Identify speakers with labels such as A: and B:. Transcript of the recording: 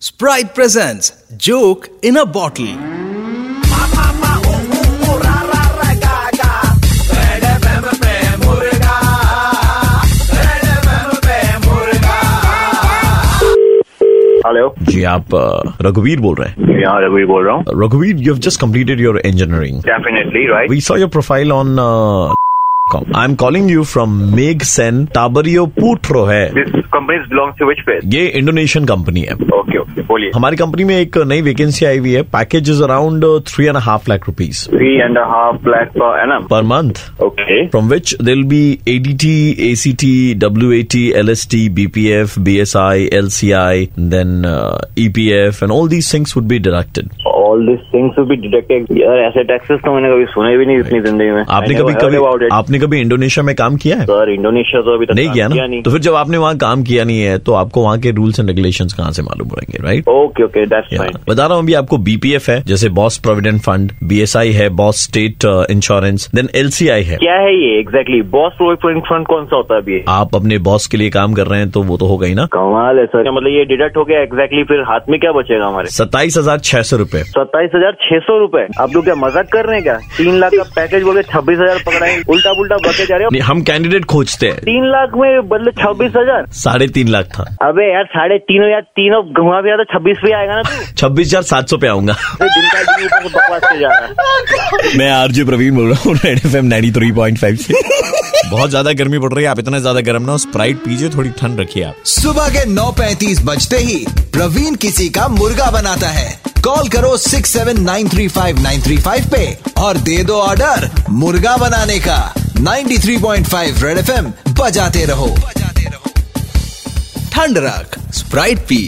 A: Sprite presents Joke in a Bottle.
B: Hello
C: ji आप अ, रघुवीर बोल रहे हैं
B: यहाँ रवि बोल रहा हूँ
C: रघुवीर you have just completed your engineering
B: definitely right
C: we saw your profile on uh, I am calling you from मेघ सेन टाबरियो पुट्रो है
B: this company belong to which पे
C: ये इंडोनेशियन कंपनी है
B: ओके ओके बोलिए
C: हमारी कंपनी में एक नई वैकेंसी आई हुई है package is around three and half lakh rupees
B: three and half lakh per annum
C: per month
B: okay
C: from which there'll be ADT, ACT, WAT, LST, BPF, BSI, LCI, then uh, EPF, and all these things would be deducted.
B: All this things will be detected यार ऐसे taxes तो मैंने कभी सुने भी नहीं इतनी जिंदगी में
C: आपने कभी कभी आपने कभी इंडोनेशिया में काम किया है
B: सर इंडोनेशिया तो अभी तक
C: नहीं
B: काम
C: किया ना
B: नहीं
C: तो फिर जब आपने वहाँ काम किया नहीं है तो आपको वहाँ के रूल्स एंड रेगुलेशंस कहाँ से मालूम पड़ेंगे right
B: okay okay that's fine
C: बता रहा हूँ अभी आपको बीपीएफ है जैसे बॉस प्रोविडेंट फंड बीएसआई है uh, boss state insurance then LCI है
B: क्या है ये एग्जैक्टली बॉस प्रोविडेंट फंड कौन सा होता है अभी
C: आप अपने बॉस के लिए काम कर रहे हैं तो वो तो होगा ही ना
B: कमाल है सर मतलब ये डिडक्ट हो गया एग्जैक्टली फिर हाथ में क्या बचेगा हमारे
C: सत्ताईस हजार छह सौ रूपए
B: सत्ताईस हजार छह सौ रूपए आप लोग क्या मजाक कर रहे हैं क्या तीन लाख का पैकेज बोले छब्बीस हजार पकड़ाए उल्टा पुल्टा बके जा रहे हो
C: हम कैंडिडेट खोजते हैं
B: तीन लाख में बदले छब्बीस हजार
C: साढ़े तीन लाख था
B: अबे यार साढ़े तीन हजार तीनों घुमा भी तो छब्बीस भी आएगा ना तू
C: छब्बीस हजार सात सौ पे आऊंगा
B: अरे दिन का दिन ऊपर से बकवास कर जा रहा है
C: मैं आरजे प्रवीण बोल रहा हूँ रेड एफ एम 93.5 से बहुत ज्यादा गर्मी पड़ रही है आप इतना ज्यादा गर्म ना हो, स्प्राइट पीजिए थोड़ी ठंड रखिए आप
D: सुबह के 9:35 बजते ही प्रवीण किसी का मुर्गा बनाता है कॉल करो 6793595 पे और दे दो ऑर्डर मुर्गा बनाने का 93.5 रेड एफएम बजाते रहो
A: ठंड रख स्प्राइट पी